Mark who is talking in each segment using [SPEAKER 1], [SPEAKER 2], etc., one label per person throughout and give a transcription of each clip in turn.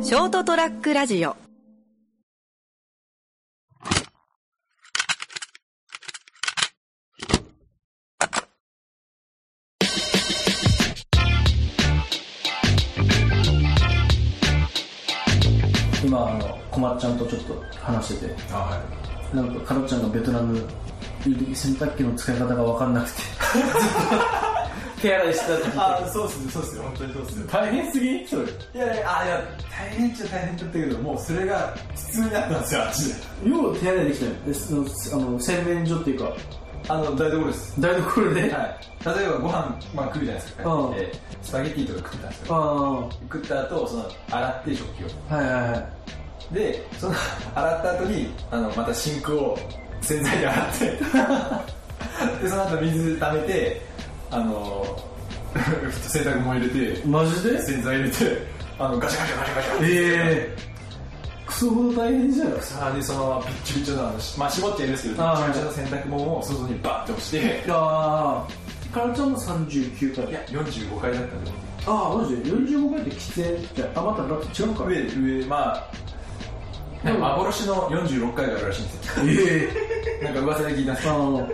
[SPEAKER 1] ショートトラックラジオ
[SPEAKER 2] 今あの小松ちゃんとちょっと話してて
[SPEAKER 3] あはい
[SPEAKER 2] なんかカロちゃんがベトナム洗濯機の使い方が分かんなくて手洗いしてたって聞いた
[SPEAKER 3] あそうっすねそうっすね本当にそうっすね
[SPEAKER 2] 大変すぎそれ
[SPEAKER 3] いやいやあいや大変っちゃ大変だったけどもうそれが普通になったんですよあっちで
[SPEAKER 2] よう手洗いできたよでそのあの洗面所っていうか
[SPEAKER 3] あの台所です
[SPEAKER 2] 台所で、
[SPEAKER 3] はい例えばご飯、まあ、食うじゃないですか、
[SPEAKER 2] うん
[SPEAKER 3] えースパゲティとか食ってたんです
[SPEAKER 2] あ
[SPEAKER 3] よ
[SPEAKER 2] あは
[SPEAKER 3] 食った後その洗って食器を
[SPEAKER 2] いはいはい
[SPEAKER 3] でその洗った後にあのまたシンクを洗剤で洗ってでその後水溜めてあの洗濯物入れて
[SPEAKER 2] マジで
[SPEAKER 3] 洗剤入れてあのガシャガシャガシャガシャ
[SPEAKER 2] ええクソほど大変じゃん
[SPEAKER 3] さらにそのままピッチピチのあの、しまあ、絞っちゃいるんですけど、ピ
[SPEAKER 2] あ
[SPEAKER 3] ッ
[SPEAKER 2] ー
[SPEAKER 3] チピチの洗濯物を外にバッて押して、
[SPEAKER 2] ああカロちゃんも39
[SPEAKER 3] い
[SPEAKER 2] 回
[SPEAKER 3] や、45回だったんで、
[SPEAKER 2] ああマジで45回って喫煙じゃあまただって違うか
[SPEAKER 3] 上、上、まあ、なんか幻の46回があるらしいんですよ。
[SPEAKER 2] え
[SPEAKER 3] なんか噂で聞いたんです
[SPEAKER 2] えあの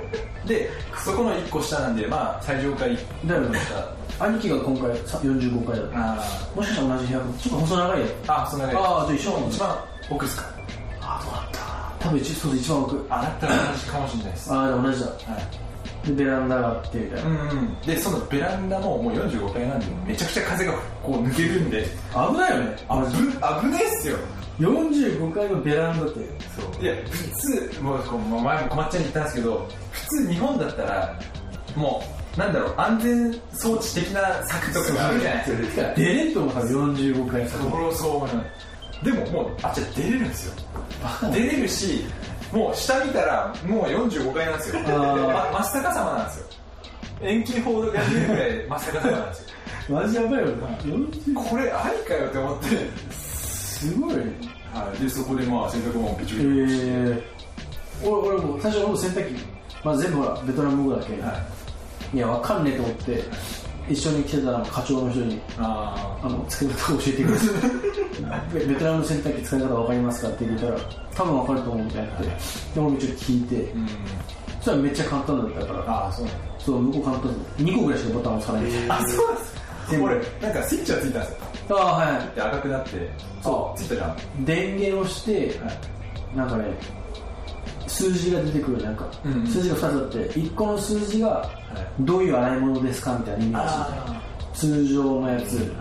[SPEAKER 3] で、そこの1個下なんで、まあ、最上階
[SPEAKER 2] だよね
[SPEAKER 3] あ
[SPEAKER 2] 兄貴が今回さ45回だった
[SPEAKER 3] あ
[SPEAKER 2] もしかしたら同じ部屋ちょっと細長いやつ
[SPEAKER 3] ー、あ、そんな感じ。
[SPEAKER 2] あーじゃあ一緒なんだ
[SPEAKER 3] 一番奥ですか。
[SPEAKER 2] ああどうだった多分一そうだ一番奥
[SPEAKER 3] あ、だったら同じかもしれないです。は
[SPEAKER 2] ああでも同じだ
[SPEAKER 3] い。
[SPEAKER 2] でベランダがあってみたいな
[SPEAKER 3] う、んうん。で、そのベランダももう45階なんで、めちゃくちゃ風がこう抜けるんで、
[SPEAKER 2] 危ないよね
[SPEAKER 3] あぶ、危ないっすよ。
[SPEAKER 2] 45階のベランダって
[SPEAKER 3] いや普通もうこう前もこまっちゃんに言ったんですけど普通日本だったらもうなんだろう安全装置的な策とかがあるじゃないですか
[SPEAKER 2] 出れんと思ったら45階さ
[SPEAKER 3] ところそう思うのでももうあっちは出れるんですよ出れるしもう下見たらもう45階なんですよ、ま、
[SPEAKER 2] ー
[SPEAKER 3] 真っ逆さまなんですよ遠近法が出るぐらい真っ逆さまなんですよ
[SPEAKER 2] マジやばいよね40
[SPEAKER 3] これありかよって思って、
[SPEAKER 2] すごいね
[SPEAKER 3] はい、でそこでまあ洗濯物をピチ
[SPEAKER 2] え
[SPEAKER 3] ピチ、
[SPEAKER 2] ー、俺俺もう最初俺も洗濯機、まあ、全部ほらベトナム語だけ、
[SPEAKER 3] はい、
[SPEAKER 2] い、やわかんねえと思って一緒に来てた課長の人に
[SPEAKER 3] あ
[SPEAKER 2] あの使い方を教えてください ベベトナムの洗濯機使い方わかりますかって言ったら多分わかると思うみたいになってで俺もちょっと聞いて
[SPEAKER 3] ーうん
[SPEAKER 2] それはめっちゃ簡単だったから
[SPEAKER 3] ああそうなんだ
[SPEAKER 2] そう向こう簡単だ2個ぐらいしかボタン押さないんです
[SPEAKER 3] あ、そうなんです
[SPEAKER 2] 全部
[SPEAKER 3] 俺、なんかスイッチがついたんですよ。
[SPEAKER 2] ああは
[SPEAKER 3] で、赤くなって、
[SPEAKER 2] そう
[SPEAKER 3] ついたじゃん。はい
[SPEAKER 2] 電源をして
[SPEAKER 3] い。
[SPEAKER 2] なんかね数字が出てくるなんか、
[SPEAKER 3] うんうん
[SPEAKER 2] 数字が2つあって1個の数字が
[SPEAKER 3] い
[SPEAKER 2] どういう洗い物ですかみたいな意味ら
[SPEAKER 3] あ
[SPEAKER 2] しい通常のやつ、
[SPEAKER 3] はい。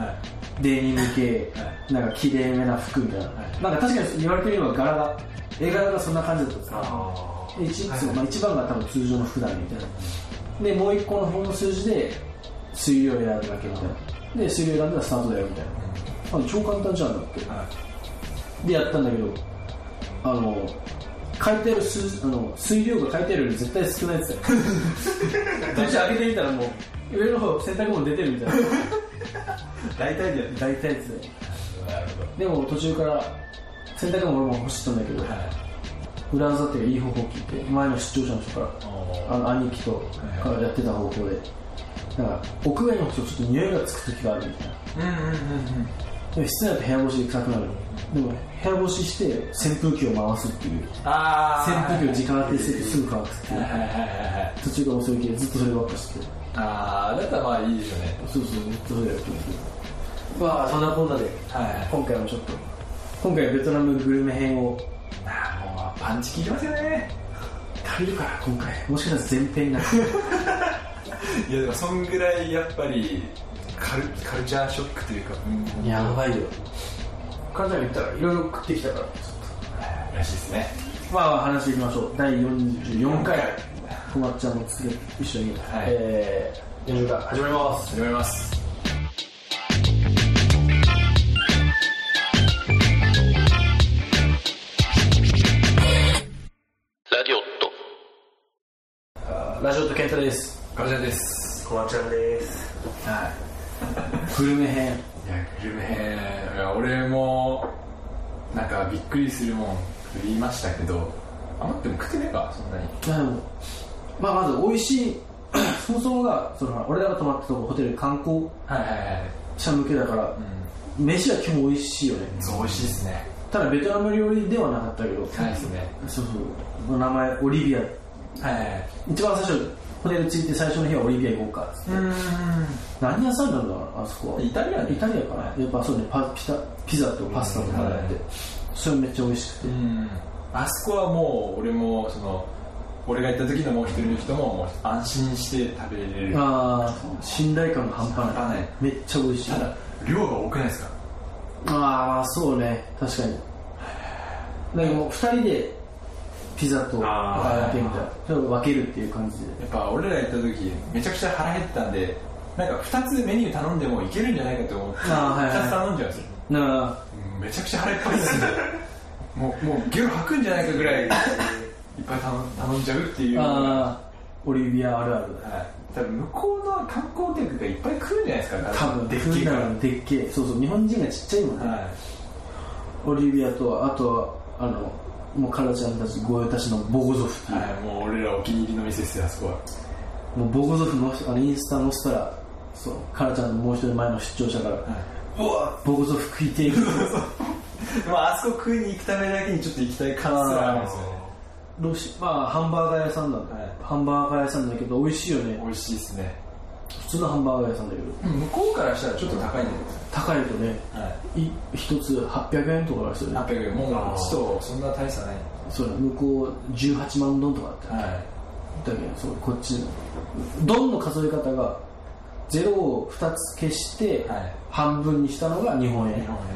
[SPEAKER 2] デニム系、
[SPEAKER 3] は
[SPEAKER 2] なんか綺麗めな服みたいな、
[SPEAKER 3] はい
[SPEAKER 2] なんか確かに言われてみれば柄が絵柄がそんな感じだったんですよ
[SPEAKER 3] あ
[SPEAKER 2] で一そうまあ、一番が多分通常の服だねみたいなでもう一個の方の数字で水量選ぶだけみたいなで水量選んだらスタートだよみたいな、あ超簡単じゃんだって
[SPEAKER 3] は。
[SPEAKER 2] でやったんだけどあの書いてある数字あの水量が書いてあるより絶対少ないやつだよ途中開けてみたらもう上の方洗濯物出てるみたいない
[SPEAKER 3] 大体でやる。
[SPEAKER 2] 大体やつだよ
[SPEAKER 3] なるほど。
[SPEAKER 2] でも途中から洗濯物俺も欲しかったんだけど、
[SPEAKER 3] はい。
[SPEAKER 2] 裏技っていうかいい方法を聞いて前の視聴者の人からあの兄貴と
[SPEAKER 3] い
[SPEAKER 2] からやってた方法でなんか屋外に置くとちょっと匂いがつく時があるみたいな
[SPEAKER 3] うんうんうんうん。
[SPEAKER 2] でも室内だと部屋干しで臭くなるでも部屋干しして扇風機を回すっていう
[SPEAKER 3] あ
[SPEAKER 2] 扇風機を時間当てしててすぐ乾くっていう
[SPEAKER 3] はいはいはいはい。
[SPEAKER 2] 途中から遅いけどずっとそればっかして
[SPEAKER 3] あー、だったらまあいいでしょうね。
[SPEAKER 2] そうそうずっとそれやってますまあそんなこんなで
[SPEAKER 3] はいはい。
[SPEAKER 2] 今回もちょっと今回はベトナムグルメ編を
[SPEAKER 3] あー、もうパンチ効いてますよね。
[SPEAKER 2] 足りるから今回もしかしたら前編になる
[SPEAKER 3] いや、でもそんぐらいやっぱり、カルカルチャーショックというか、うん
[SPEAKER 2] やばいよ簡単に言ったらいろいろ食ってきたから
[SPEAKER 3] らしいですね。
[SPEAKER 2] まあ話していきましょう第44回
[SPEAKER 3] はい
[SPEAKER 2] こまっちゃんもつけ一緒に、
[SPEAKER 3] はい
[SPEAKER 2] えー、40回始まります
[SPEAKER 3] 始めます。
[SPEAKER 4] ラディオット
[SPEAKER 2] ラジオとケンタです
[SPEAKER 3] カルチャーです。
[SPEAKER 2] こまちゃんです
[SPEAKER 3] はい。
[SPEAKER 2] グルメ編
[SPEAKER 3] いや、グルメ編いや俺も、なんかびっくりするもん食いましたけど、あんまでも食ってねえか、そんなに。
[SPEAKER 2] まあでもまあま ず美味しいそもそもがその俺らが泊まったとこホテル観光
[SPEAKER 3] はいはいはい。
[SPEAKER 2] 茶向けだから
[SPEAKER 3] う、ん
[SPEAKER 2] 飯は基本美味しいよね。
[SPEAKER 3] そう美味しいですね
[SPEAKER 2] ただベトナム料理ではなかったけど、
[SPEAKER 3] はいですね
[SPEAKER 2] そうそう、名前、オリビア。
[SPEAKER 3] はい
[SPEAKER 2] 一番最初、ホテル着いて最初の日はオリビア行こうかっつって。
[SPEAKER 3] う
[SPEAKER 2] 何屋さんなんだろうな、あそこは。
[SPEAKER 3] んイタリア
[SPEAKER 2] イタリアかな。やっぱそうね、パピタピザとパスタとかやって
[SPEAKER 3] うん、
[SPEAKER 2] それめっちゃ美味しくて。
[SPEAKER 3] うんあそこはもう俺もその俺が行った時のもう一人の人ももう安心して食べれる
[SPEAKER 2] ああ、信頼感が半端
[SPEAKER 3] 半
[SPEAKER 2] ない。
[SPEAKER 3] 端ない
[SPEAKER 2] めっちゃ美味しい
[SPEAKER 3] た。だ量が多くないですか
[SPEAKER 2] ああ、そうね、確かに。だけどもう二人でピザと
[SPEAKER 3] あー
[SPEAKER 2] あれだけみたいな、ちょっと分けるっていう感じで。
[SPEAKER 3] やっぱ俺ら行った時めちゃくちゃ腹減ったんでなんか2つメニュー頼んでもいけるんじゃないかと思って
[SPEAKER 2] あーはいはい
[SPEAKER 3] 2つ頼んじゃうんですよ
[SPEAKER 2] なあ、
[SPEAKER 3] めちゃくちゃ腹いっぱい ですねもうもうゲロ吐くんじゃないかぐらいいっぱい頼ん頼んじゃうっていうは
[SPEAKER 2] あーオリビアあるあるだ。
[SPEAKER 3] い多分向こうの観光客がいっぱい来るんじゃないですか
[SPEAKER 2] 多分、
[SPEAKER 3] でっ
[SPEAKER 2] 食
[SPEAKER 3] けえ
[SPEAKER 2] う
[SPEAKER 3] か
[SPEAKER 2] な
[SPEAKER 3] ら
[SPEAKER 2] らでっけえ。そうそう、日本人がちっちゃいもんね。
[SPEAKER 3] は
[SPEAKER 2] オリビアと、あとは、あの、もうカラちゃんたち、ゴーヤたちのボゴゾフって
[SPEAKER 3] い、
[SPEAKER 2] いう。
[SPEAKER 3] はい、もう俺らお気に入りの店ですよあそこは
[SPEAKER 2] もうボゴゾフのあのインスタ載せたら、そう、カラちゃんのもう一人前の出張者から、
[SPEAKER 3] うわ
[SPEAKER 2] ボゴゾフ食いてえみたいな
[SPEAKER 3] まあ、あそこ食いに行くためだけにちょっと行きたい感すらあるんですよね
[SPEAKER 2] ロシまあハンバーガー屋さんなんだ、
[SPEAKER 3] はい
[SPEAKER 2] ハンバーガー屋さんだけど美味しいよね
[SPEAKER 3] 美味しいですね
[SPEAKER 2] 普通のハンバーガー屋さんだけど
[SPEAKER 3] 向こうからしたらちょっと高いんだけ
[SPEAKER 2] 高いとね
[SPEAKER 3] ど、はい
[SPEAKER 2] 一つ800円とかですよね
[SPEAKER 3] 800円もううちとそんな大差ない
[SPEAKER 2] そうだ向こう18万ドンとかだったよ
[SPEAKER 3] はい
[SPEAKER 2] だけどそうこっちドンの数え方が0を2つ消して、
[SPEAKER 3] はい
[SPEAKER 2] 半分にしたのが日本
[SPEAKER 3] 日
[SPEAKER 2] 円
[SPEAKER 3] 本円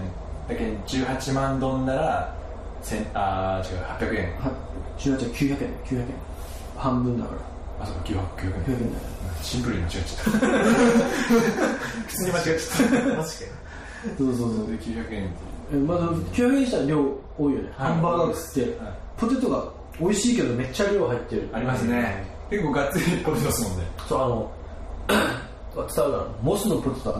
[SPEAKER 3] だけど18万ドンなら千あー違う800円
[SPEAKER 2] は18は900円900円半分だから
[SPEAKER 3] あそうか900 900
[SPEAKER 2] 900
[SPEAKER 3] 円
[SPEAKER 2] 円だか
[SPEAKER 3] シンプルに間違えちゃった普通に間違えちゃった
[SPEAKER 1] 確か
[SPEAKER 2] らそうそうそう
[SPEAKER 3] で900円って
[SPEAKER 2] えまだ900円したら量多いよね、
[SPEAKER 3] はい
[SPEAKER 2] ハンバーガー食って、
[SPEAKER 3] はい
[SPEAKER 2] ポテトが美味しいけどめっちゃ量入ってる
[SPEAKER 3] ありますね結構がっつりポテトですもんね
[SPEAKER 2] そうあの 伝わるかなモスのポテトだか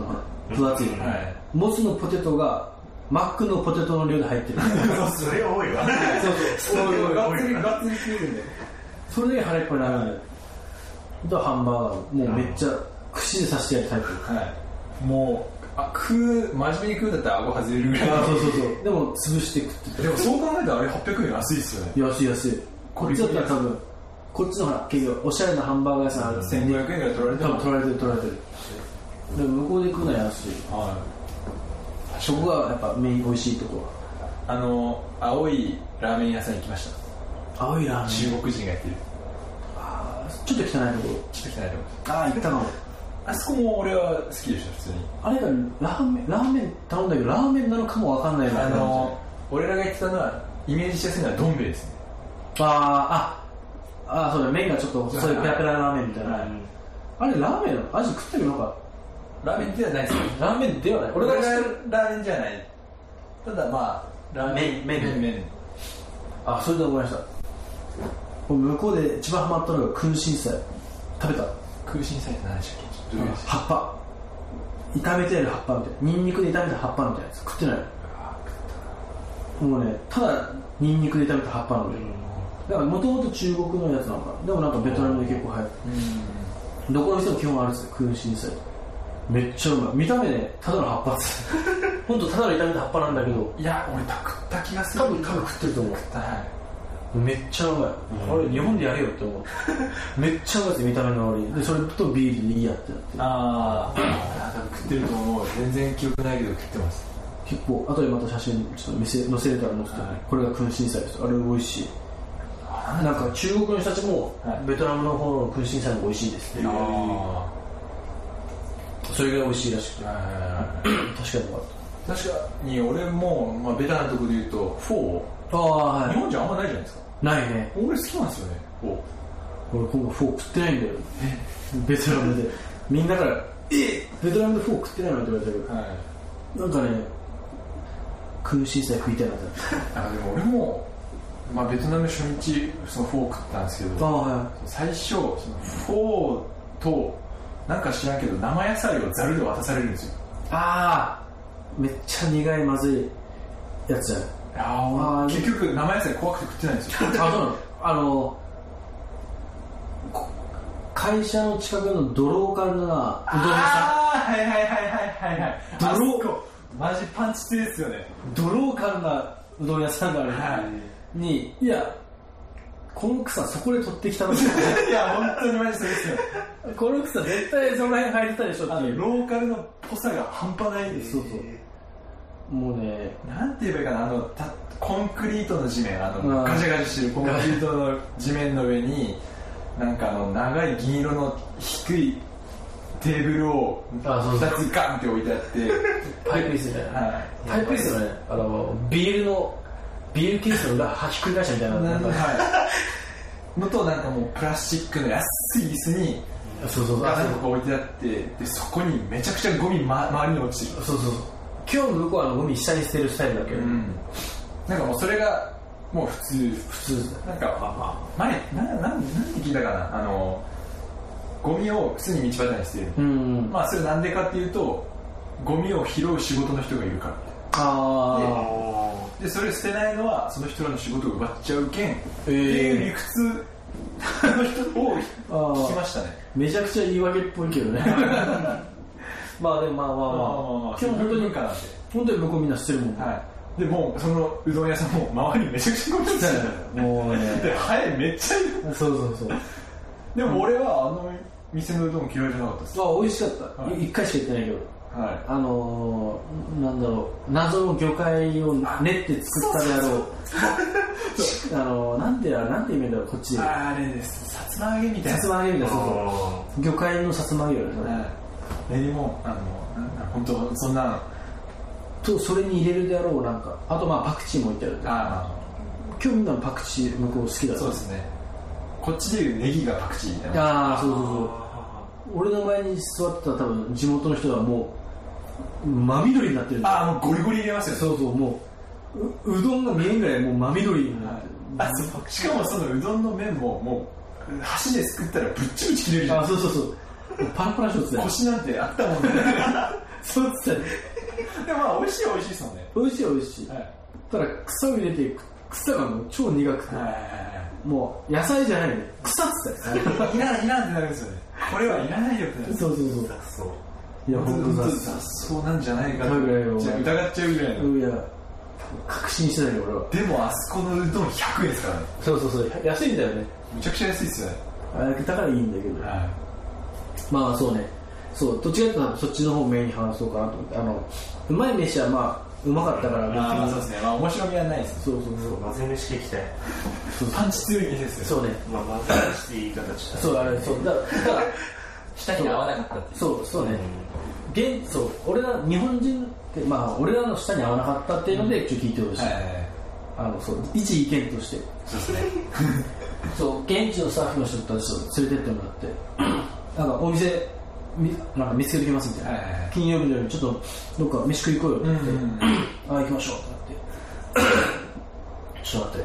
[SPEAKER 2] ら分厚い、
[SPEAKER 3] はい
[SPEAKER 2] モスのポテトがマックのポテトの量で入ってるそう
[SPEAKER 1] に。それ多いわ。
[SPEAKER 2] そう
[SPEAKER 1] ういう
[SPEAKER 3] がっつりがっつり食えるんで
[SPEAKER 2] それで腹いっぱいになるんだよだからハンバーガーもうめっちゃ串で刺してやるタイプ
[SPEAKER 3] はいもうあ食う真面目に食うんだったら顎外れるぐらい
[SPEAKER 2] あそうそうそうでも潰して食って
[SPEAKER 3] でもそう考えたらあれ800円安いっすよね
[SPEAKER 2] て安い安いこっちだったら多分こっちのほら結局おしゃれなハンバーガー屋さんある
[SPEAKER 3] 1500円ぐらい取られて
[SPEAKER 2] 多分
[SPEAKER 3] も
[SPEAKER 2] 取られてる取られてるでも向こうで食うのは安い
[SPEAKER 3] はい
[SPEAKER 2] そこがやっぱメイン美味しいとこ
[SPEAKER 3] あの青いラーメン屋さん行きました
[SPEAKER 2] 青いラーメン
[SPEAKER 3] 中国人がやってる
[SPEAKER 2] あーちょっと汚いところ
[SPEAKER 3] ちょっと汚いと思
[SPEAKER 2] ああ行ったかも
[SPEAKER 3] あそこも俺は好きでした普通に
[SPEAKER 2] あれがラーメンラーメン頼んだけどラーメンなのかもわかんないな
[SPEAKER 3] あの俺らが行ってたのはイメージしやすいのはどん兵衛ですね
[SPEAKER 2] あーああそうだ麺がちょっと細いペラペララーメンみたいな、
[SPEAKER 3] はい
[SPEAKER 2] あれラーメンなの味食ったけどなんか
[SPEAKER 3] ラーメンではないですよ
[SPEAKER 2] ラーメンではない
[SPEAKER 3] 俺
[SPEAKER 2] 俺
[SPEAKER 3] ら
[SPEAKER 2] が
[SPEAKER 3] が
[SPEAKER 2] 知ってる
[SPEAKER 3] ラーメンじゃないただまあラーメ
[SPEAKER 2] 麺
[SPEAKER 3] ン
[SPEAKER 2] 麺
[SPEAKER 3] 麺
[SPEAKER 2] あそれで思いましたもう向こうで一番ハマったのが空心菜食べた
[SPEAKER 3] 空心菜って何でしたっけ
[SPEAKER 2] 葉っぱ炒めてある葉っぱみたいなニンニクで炒めた葉っぱみたいなやつ食ってないもうねただニンニクで炒めた葉っぱなのよだからもともと中国のやつなのかなでもなんかベトナムで結構流行ってるどこの店も基本あるんですよ空心菜めっちゃうまい見た目ねただの葉っぱっすほんとただの炒めた葉っぱなんだけど
[SPEAKER 3] いや俺食った気がする
[SPEAKER 2] 多分多分食ってると思
[SPEAKER 3] は
[SPEAKER 2] うめっちゃうまい、あれ日本でやれよって思 うめっちゃうまいです見た目の割にでそれとビールでいいやってなって
[SPEAKER 3] いああ多分食ってると思う全然記憶ないけど食ってます
[SPEAKER 2] 結構後でまた写真ちょっと見せ載せれたら載せて、
[SPEAKER 3] はい
[SPEAKER 2] これが空心菜ですあれ美味しいなんか中国の人たちも、
[SPEAKER 3] はい
[SPEAKER 2] ベトナムの方の空心菜も美味しいですって
[SPEAKER 3] あ
[SPEAKER 2] それぐらい美味しいらしくて
[SPEAKER 3] あ
[SPEAKER 2] 確かによかっ
[SPEAKER 3] 確かに俺も、まあ、ベタなところで言うとフォ
[SPEAKER 2] たああ
[SPEAKER 3] ー
[SPEAKER 2] は
[SPEAKER 3] 日本じゃあんまないじゃないですか
[SPEAKER 2] いないね
[SPEAKER 3] 俺好きなんですよねフォー
[SPEAKER 2] 俺今度フォー食ってない んだよベトナムでみんなから「えベトナムでフォー食ってないの?」って言われた
[SPEAKER 3] はい
[SPEAKER 2] けどなんかね空心菜食いたいなってなった
[SPEAKER 3] あでも俺も、まあ、ベトナム初日そのフォー食ったんですけ
[SPEAKER 2] あ
[SPEAKER 3] ど
[SPEAKER 2] あは
[SPEAKER 3] 最初そのフォーとなんか知らんけど生野菜をざるで渡されるんですよ
[SPEAKER 2] いああめっちゃ苦いまずいやつじゃない
[SPEAKER 3] あ
[SPEAKER 2] あー
[SPEAKER 3] 結局生野菜怖くて食ってないんですよ
[SPEAKER 2] あそうなのあのこ会社の近くの泥岡がうどん屋さ
[SPEAKER 3] あーはいはいはいはいはいはい
[SPEAKER 2] 泥
[SPEAKER 3] あそこマジパンチ強いですよね
[SPEAKER 2] ドローカルなうどん屋さんがある、
[SPEAKER 3] は
[SPEAKER 2] に、いや、この草そこで取ってきたのに
[SPEAKER 3] いや本当にマジそう ですよ
[SPEAKER 2] この草絶対その辺入ってたでしょ
[SPEAKER 3] あ
[SPEAKER 2] ってい
[SPEAKER 3] の
[SPEAKER 2] う。
[SPEAKER 3] ローカルのっぽさが半端ないです
[SPEAKER 2] そうそう。もうね、
[SPEAKER 3] なんて言えばいいかなあのたコンクリートの地面あ
[SPEAKER 2] うん
[SPEAKER 3] のガシャガシャしてるコンクリートの地面の上になんかあの長い銀色の低いテーブルを
[SPEAKER 2] あそうそう
[SPEAKER 3] 2つガンって置いてあって
[SPEAKER 2] パイプ椅子みたいな。
[SPEAKER 3] はい
[SPEAKER 2] パイプ椅子のね、あの、ビールの、ビールケースの裏、はひっくり返したみたいな。
[SPEAKER 3] な
[SPEAKER 2] なんん
[SPEAKER 3] か
[SPEAKER 2] か
[SPEAKER 3] はいのとなんかもうプラスチックの安い椅子に
[SPEAKER 2] そうそうそう。
[SPEAKER 3] ガ
[SPEAKER 2] あ
[SPEAKER 3] サとか置いてあってでそこにめちゃくちゃゴミ、ま、周りに落ちてる
[SPEAKER 2] そうそうそう。今日の向こうはあのゴミ下に捨てるスタイルだけど、
[SPEAKER 3] うんなんかもうそれがもう普通
[SPEAKER 2] 普通だ。
[SPEAKER 3] なんか、前、な、な、なんて聞いたかな、あの、ゴミを普通に道端にしてる。
[SPEAKER 2] うん。
[SPEAKER 3] まあ、それなんでかっていうと、ゴミを拾う仕事の人がいるから。
[SPEAKER 2] あ
[SPEAKER 3] で、それを捨てないのは、その人らの仕事を奪っちゃうけん、っていう理
[SPEAKER 2] え
[SPEAKER 3] 屈の人を聞きましたね。
[SPEAKER 2] ー、めちゃくちゃ言い訳っぽいけどね。 まあでもまあまあまあ。今日本当に
[SPEAKER 3] 文化なんで。
[SPEAKER 2] 本当に向こうみんな捨てるもん。
[SPEAKER 3] はい。で、もう、そのうどん屋さんも、周りめちゃくちゃゴミ捨てたのよ
[SPEAKER 2] もうね。
[SPEAKER 3] で、ハエめっちゃいる。
[SPEAKER 2] そうそうそう。
[SPEAKER 3] でも俺は、あの店のうどん嫌いじゃなかったです。
[SPEAKER 2] まあ美味しかった。
[SPEAKER 3] はい
[SPEAKER 2] 一回しか行ってないけど。
[SPEAKER 3] はい。
[SPEAKER 2] あのー、なんだろう、謎の魚介を練って作ったであろう。 あのー、なんてや、なんて意味だろう、こっちで。
[SPEAKER 3] あれですさつま揚げみたいな
[SPEAKER 2] さつま揚げみたいなそうそう魚介のさつま揚げよね。
[SPEAKER 3] はい練りもあのなんか本当そんなの
[SPEAKER 2] と、それに入れるであろう、なんか。あと、まあ、パクチーも置いてある。
[SPEAKER 3] あ
[SPEAKER 2] 今日みんなのパクチー、向こう好きだ
[SPEAKER 3] あそうですねこっちでいうネギがパクチーみたいな
[SPEAKER 2] ああ、そうそうそう。俺の前に座ってた多分、地元の人はもう、真緑になってるんだ
[SPEAKER 3] ああもうゴリゴリ入れますよ
[SPEAKER 2] そうそう、もう、ううどんが見えんぐらいもう真緑になっ
[SPEAKER 3] は
[SPEAKER 2] てる。
[SPEAKER 3] いあそうしかもそのうどんの麺ももう箸ですくったらぶっちぶち切れるじゃん
[SPEAKER 2] あ、そうそうそう。パラパラショー ツだよ。
[SPEAKER 3] 腰なんてあったもんね
[SPEAKER 2] そうっつったね。
[SPEAKER 3] でもまあ美味しいは美味しいですもんね
[SPEAKER 2] 美味しい美味しい。
[SPEAKER 3] はい
[SPEAKER 2] ただ草を入れていく、草がもう超苦くて、
[SPEAKER 3] はいはい
[SPEAKER 2] もう野菜じゃないの。草っつったよ。
[SPEAKER 3] はいいらんいらんってなるんですよねこれはいらないよってなる
[SPEAKER 2] そうそうそう。
[SPEAKER 3] そう
[SPEAKER 2] いや、ほんと
[SPEAKER 3] 雑
[SPEAKER 2] さ。
[SPEAKER 3] 草なんじゃないかって
[SPEAKER 2] そうぐらいよ
[SPEAKER 3] じゃあ疑っちゃうぐらいの、
[SPEAKER 2] うんいや、確信してないよ俺は。
[SPEAKER 3] でもあそこのうどん100円ですからね
[SPEAKER 2] そうそうそう。安いんだよね。
[SPEAKER 3] めちゃくちゃ安いですよね
[SPEAKER 2] あだからいいんだけど。
[SPEAKER 3] は
[SPEAKER 2] まあそうね。そう、どっちかっていうとそっちの方をメインに話そうかなと思って。あの、うまい飯はまあ、うまかったから、
[SPEAKER 3] いまあそう
[SPEAKER 2] 別に
[SPEAKER 3] ですねまあ面白みはないです
[SPEAKER 2] そうそうそう。
[SPEAKER 1] 混ぜ飯できたよ。
[SPEAKER 3] パンチ強い店ですよ
[SPEAKER 2] そうね。
[SPEAKER 1] まあ、混ぜ飯って言い方した。
[SPEAKER 2] そう、あれ、そう。だから、だから
[SPEAKER 1] 舌に合わなかったっていう。
[SPEAKER 2] そうそうね、現そう俺ら日本人って、まあ、俺らの下に合わなかったっていうので、ちょっと聞いてほしい、
[SPEAKER 3] はいはいはい
[SPEAKER 2] あのそう一意見として
[SPEAKER 3] そうですね
[SPEAKER 2] そう現地のスタッフの人たちを連れてっても らってなんかお店みなんか見つけてきますみたいな、
[SPEAKER 3] はいはいはい
[SPEAKER 2] 金曜日の夜にちょっとどっか飯食い行こうよって
[SPEAKER 3] う
[SPEAKER 2] 言
[SPEAKER 3] ん
[SPEAKER 2] って、
[SPEAKER 3] うん
[SPEAKER 2] ああ行きましょうって なってちょっと待っ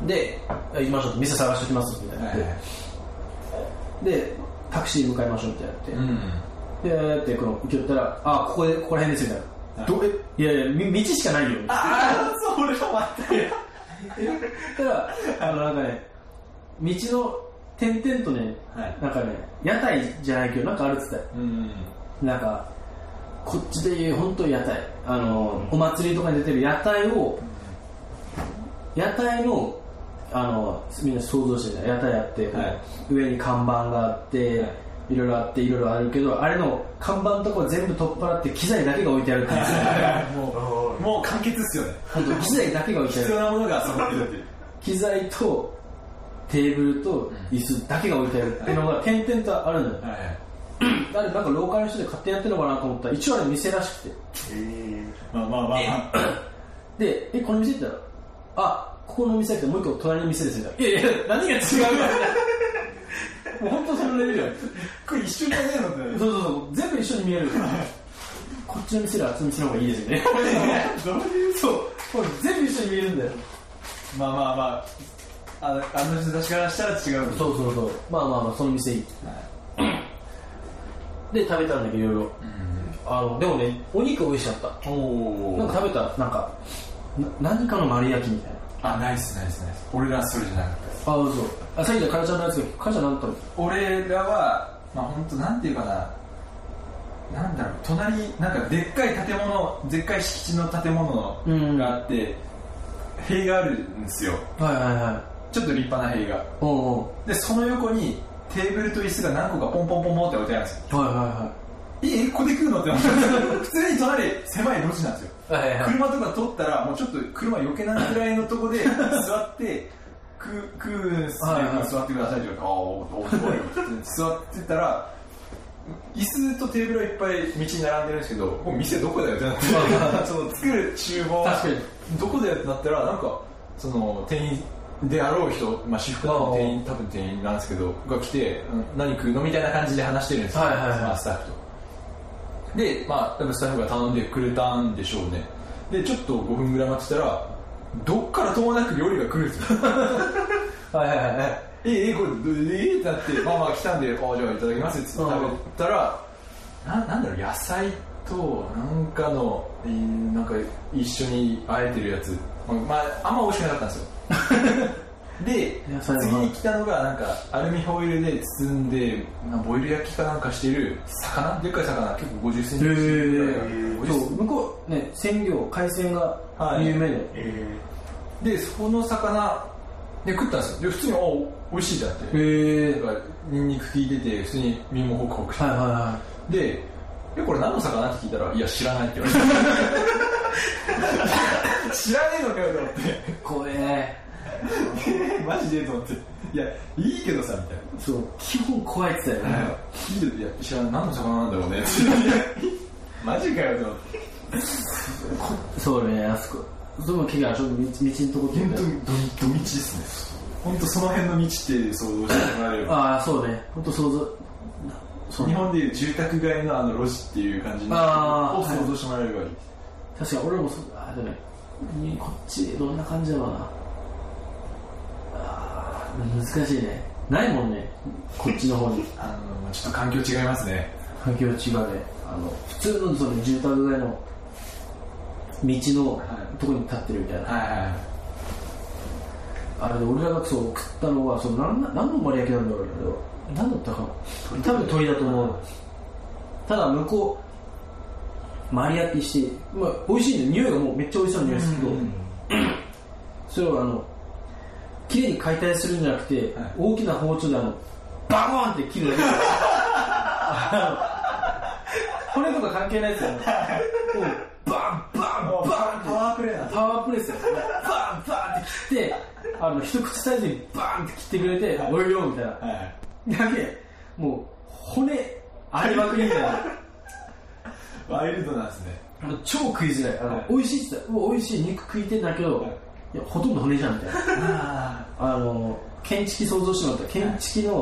[SPEAKER 2] てであ行きましょう店探してきますみたいにな
[SPEAKER 3] は
[SPEAKER 2] って、
[SPEAKER 3] いはい
[SPEAKER 2] でタクシー向かいましょうってなって、
[SPEAKER 3] うん
[SPEAKER 2] で、ってこの行き寄ったら、あ、ここで、ここら辺ですよ、みたいな。どうえいやいや、み道しかないよ。だか
[SPEAKER 3] ああそう俺は待って
[SPEAKER 2] ら、あの、なんかね、道の点々とね、
[SPEAKER 3] はい
[SPEAKER 2] なんかね、屋台じゃないけど、なんかあるっつったよ。
[SPEAKER 3] うん
[SPEAKER 2] なんか、こっちで言う、本当に屋台。あの、お祭りとかに出てる屋台を、屋台の、あの、みんな想像してた屋台あって、
[SPEAKER 3] はい
[SPEAKER 2] 上に看板があって、
[SPEAKER 3] はい
[SPEAKER 2] いろいろあっていろいろあるけどあれの看板のとこ全部取っ払って機材だけが置いてあるってい う
[SPEAKER 3] もうもう完結ですよね
[SPEAKER 2] 本当機材だけが置いてあ
[SPEAKER 3] 必
[SPEAKER 2] る
[SPEAKER 3] 要なものがそこにいるっていう
[SPEAKER 2] 機材とテーブルと椅子だけが置いてあるっていうのが点々とあるのよ
[SPEAKER 3] はいはい
[SPEAKER 2] あれなんかローカルの人で勝手にやってるのかなと思ったら一応あれ店らしくて
[SPEAKER 1] え
[SPEAKER 3] まあまあまあまあ
[SPEAKER 2] でえこの店って言ったらあここの店ってもう一個隣の店ですよいやいや何が違うかもう本当そのレベルよ
[SPEAKER 3] これ一緒にやねえのって
[SPEAKER 2] そうそうそう全部一緒に見えるこっちの店よりあっちの店の方がいいですよね
[SPEAKER 3] どうい う
[SPEAKER 2] そうこれ全部一緒に見えるんだよ
[SPEAKER 3] まあまあまああのあの人たちからしたら違うんです
[SPEAKER 2] そうそうそうまあまあまあその店行って、で食べたんだけどいろいろあのでもねお肉美味しかった
[SPEAKER 3] おお
[SPEAKER 2] なんか食べたなんかな何かの丸焼きみたいな
[SPEAKER 3] あ、ないっすないっすないっす。俺らはそれじゃなかったです。
[SPEAKER 2] あそうあさっきのカラちゃんのやつがカラちゃん何だったの
[SPEAKER 3] 俺らは、まあ本当なんていうかな、なんだろう隣なんかでっかい建物でっかい敷地の建物
[SPEAKER 2] うん
[SPEAKER 3] があって、塀があるんですよ
[SPEAKER 2] はいはいはい
[SPEAKER 3] ちょっと立派な塀が
[SPEAKER 2] おうお
[SPEAKER 3] でその横にテーブルと椅子が何個かポンポンポンポンって置いてあるんですよ
[SPEAKER 2] うはいは
[SPEAKER 3] ええここで食うのってなったんですよ普通に隣狭い路地なんですよ
[SPEAKER 2] いはいはいはい
[SPEAKER 3] 車とか通ったらもうちょっと車避けないぐらいのとこで 座って食う食うんす
[SPEAKER 2] はいはい
[SPEAKER 3] ね座ってくださいって言われてああおおおおいって座ってたら椅子とテーブルはいっぱい道に並んでるんですけどここ店どこだよってなって その作る厨房
[SPEAKER 2] 確か
[SPEAKER 3] どこだよってなったらなんかその店員であろう人、まあ、私服の店員多分店員なんですけどが来てうん何食うのみたいな感じで話してるんですよ、
[SPEAKER 2] はいはいはい
[SPEAKER 3] まあスタッフと。で、まあ、多分スタッフが頼んでくれたんでしょうね。で、ちょっと5分ぐらい待ってたら、どっからともなく料理が来るんですよ。
[SPEAKER 2] はいはいはいはい
[SPEAKER 3] え、え、これ、ええってなって、まあまあ来たんで、あじゃあいただきますって言って食べたら、ななんだろう、野菜と、なんかの、えーなんか一緒に和えてるやつ。まあまあ、あんま美味しくなかったんですよ。 で
[SPEAKER 2] 野、菜は
[SPEAKER 3] 次に来たのが、なんか、アルミホイルで包んで、まあボイル焼きかなんかしてる、魚でっかい魚、結構50センチぐらいの
[SPEAKER 2] え
[SPEAKER 3] 50
[SPEAKER 2] そ
[SPEAKER 3] センチ
[SPEAKER 2] う向こうね鮮魚海鮮が
[SPEAKER 3] はい
[SPEAKER 2] 有名で、
[SPEAKER 1] え
[SPEAKER 3] でその魚で食ったんですよで普通にお美味しいじゃんって
[SPEAKER 2] へ
[SPEAKER 3] なんかニンニク効いてて普通に身もホクホクして、
[SPEAKER 2] はいはいは
[SPEAKER 3] でえこれ何の魚って聞いたらいや知らないって言われて 知らねえのかよと思って
[SPEAKER 2] い怖え
[SPEAKER 3] えマジでと思って いやいいけどさみたいな
[SPEAKER 2] そう基本怖いっつってたよね
[SPEAKER 3] いいよいや知らない何の魚なんだろうねって マジかよと思って
[SPEAKER 2] そうねあそこその結局あそこ道道のとこって
[SPEAKER 3] 本当にどど道ですね本当その辺の道って想像してもらえれば
[SPEAKER 2] ああそうね本当想像そう
[SPEAKER 3] 日本でいう住宅街のあの路地っていう感じの
[SPEAKER 2] あー
[SPEAKER 3] を想像してもらえればいい、
[SPEAKER 2] 確かに俺もそうあでもねにこっちどんな感じだろうなあー難しいねないもんねこっちの方 に
[SPEAKER 3] あのちょっと環境違いますね
[SPEAKER 2] 環境違うねあの普通のその住宅街の道
[SPEAKER 3] は
[SPEAKER 2] のとこに立ってるみたいな、
[SPEAKER 3] はいはい
[SPEAKER 2] あれで俺らがそう食ったのはそのなんな何の丸焼きなんだろうねあれは何だったかな多分鳥だと思うただ向こう丸焼きして、まあ、美味しいんだよ匂いがもうめっちゃ美味しそうな匂いするけど、それをあの綺麗に解体するんじゃなくて、
[SPEAKER 3] はい
[SPEAKER 2] 大きな包丁であのバコーンって切 るだけあの骨とか関係ないですよねバンバンバンって
[SPEAKER 3] パワープレイなんだ
[SPEAKER 2] パワープレイですよバンバンって切ってあの一口サイズにバンって切ってくれて「おいよ」みたいな
[SPEAKER 3] はいはい
[SPEAKER 2] だけもう骨ありまくりみたいな
[SPEAKER 3] ワイルドなんですね
[SPEAKER 2] あの超食いづらいあの、
[SPEAKER 3] はい
[SPEAKER 2] 美味しいって言ったらうわ美味しい肉食いてんだけど、
[SPEAKER 3] はい
[SPEAKER 2] い、やほとんど骨じゃんみたいな
[SPEAKER 3] あ
[SPEAKER 2] あの建築想像してもらったら建築の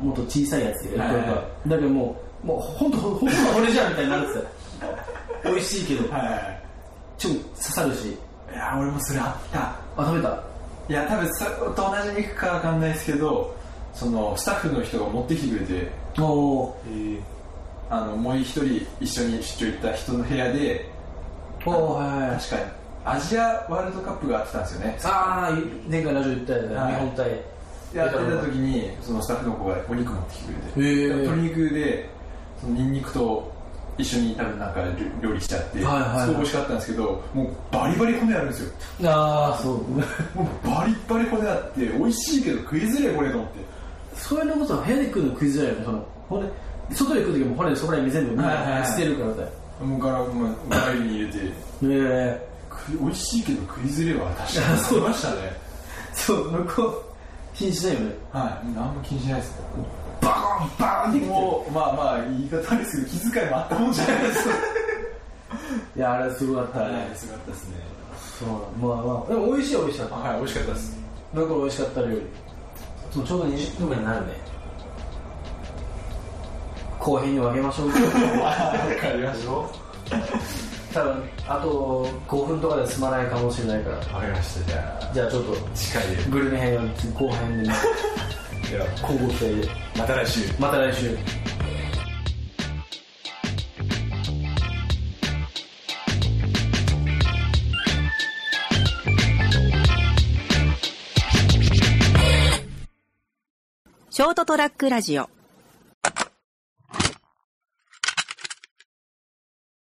[SPEAKER 2] もっと小さいやつで、
[SPEAKER 3] はい
[SPEAKER 2] これがだけどもうもうほんとほんとほんと俺じゃんみたいになるんですよ 美味しいけど
[SPEAKER 3] はいはい
[SPEAKER 2] 超刺さるし
[SPEAKER 3] いや俺もそれあった
[SPEAKER 2] あ食べた
[SPEAKER 3] いや多分それと同じ肉かわかんないですけどそのスタッフの人が持ってきてくれて
[SPEAKER 2] おお
[SPEAKER 1] ー、えー、
[SPEAKER 3] あのもう一人一緒に出張行った人の部屋で
[SPEAKER 2] ーおーはいはいはい
[SPEAKER 3] 確かにアジアワールドカップがあってたんですよね
[SPEAKER 2] ああ前回ラジオ言ったよね、
[SPEAKER 3] はい
[SPEAKER 2] 日本対
[SPEAKER 3] やってた時にそのスタッフの子がお肉持ってきてくれて
[SPEAKER 2] へー
[SPEAKER 3] 鶏肉でそのニンニクと一緒に多分なんか料料理しちゃって、
[SPEAKER 2] はいはいはい
[SPEAKER 3] すごい美味しかったんですけどもうバリバリ骨あるんですよ
[SPEAKER 2] ああそう
[SPEAKER 3] もうバリバリ骨あって美味しいけど食いづれえこれと思って
[SPEAKER 2] そういうのこそ部屋で食うの食いづらいよねその骨外で食う時も骨そこら辺全部
[SPEAKER 3] はいはいはい
[SPEAKER 2] 捨てるからだよ
[SPEAKER 3] もうガラもうガラ入れに入れて
[SPEAKER 2] ええ
[SPEAKER 3] 食い美味しいけど食いづれえわ確 かに
[SPEAKER 2] そう
[SPEAKER 3] ましたね
[SPEAKER 2] そう向こう気にしないよね
[SPEAKER 3] はい何も気にしないですバーンバーンってもうまあまあ言い方ですけど気遣いもあったもんじゃないですか
[SPEAKER 2] いやあれすごかったね、
[SPEAKER 3] はいすごかったですね
[SPEAKER 2] そうまあまあでも美味しいは美味しかっただか
[SPEAKER 3] はい美味しかったです
[SPEAKER 2] ら美味しかった料理もうちょうど20分ぐらいになるね後編に分けましょう
[SPEAKER 3] わかりました。わ
[SPEAKER 2] 多分あと5分とかで済まないかもしれないから
[SPEAKER 3] かりました。じゃ
[SPEAKER 2] じゃあちょっと
[SPEAKER 3] あ、次回で。
[SPEAKER 2] グルメ編は次後編でね
[SPEAKER 3] では、
[SPEAKER 2] 交互期待で
[SPEAKER 3] また来週。
[SPEAKER 2] また来週
[SPEAKER 4] ショートトラックラジオ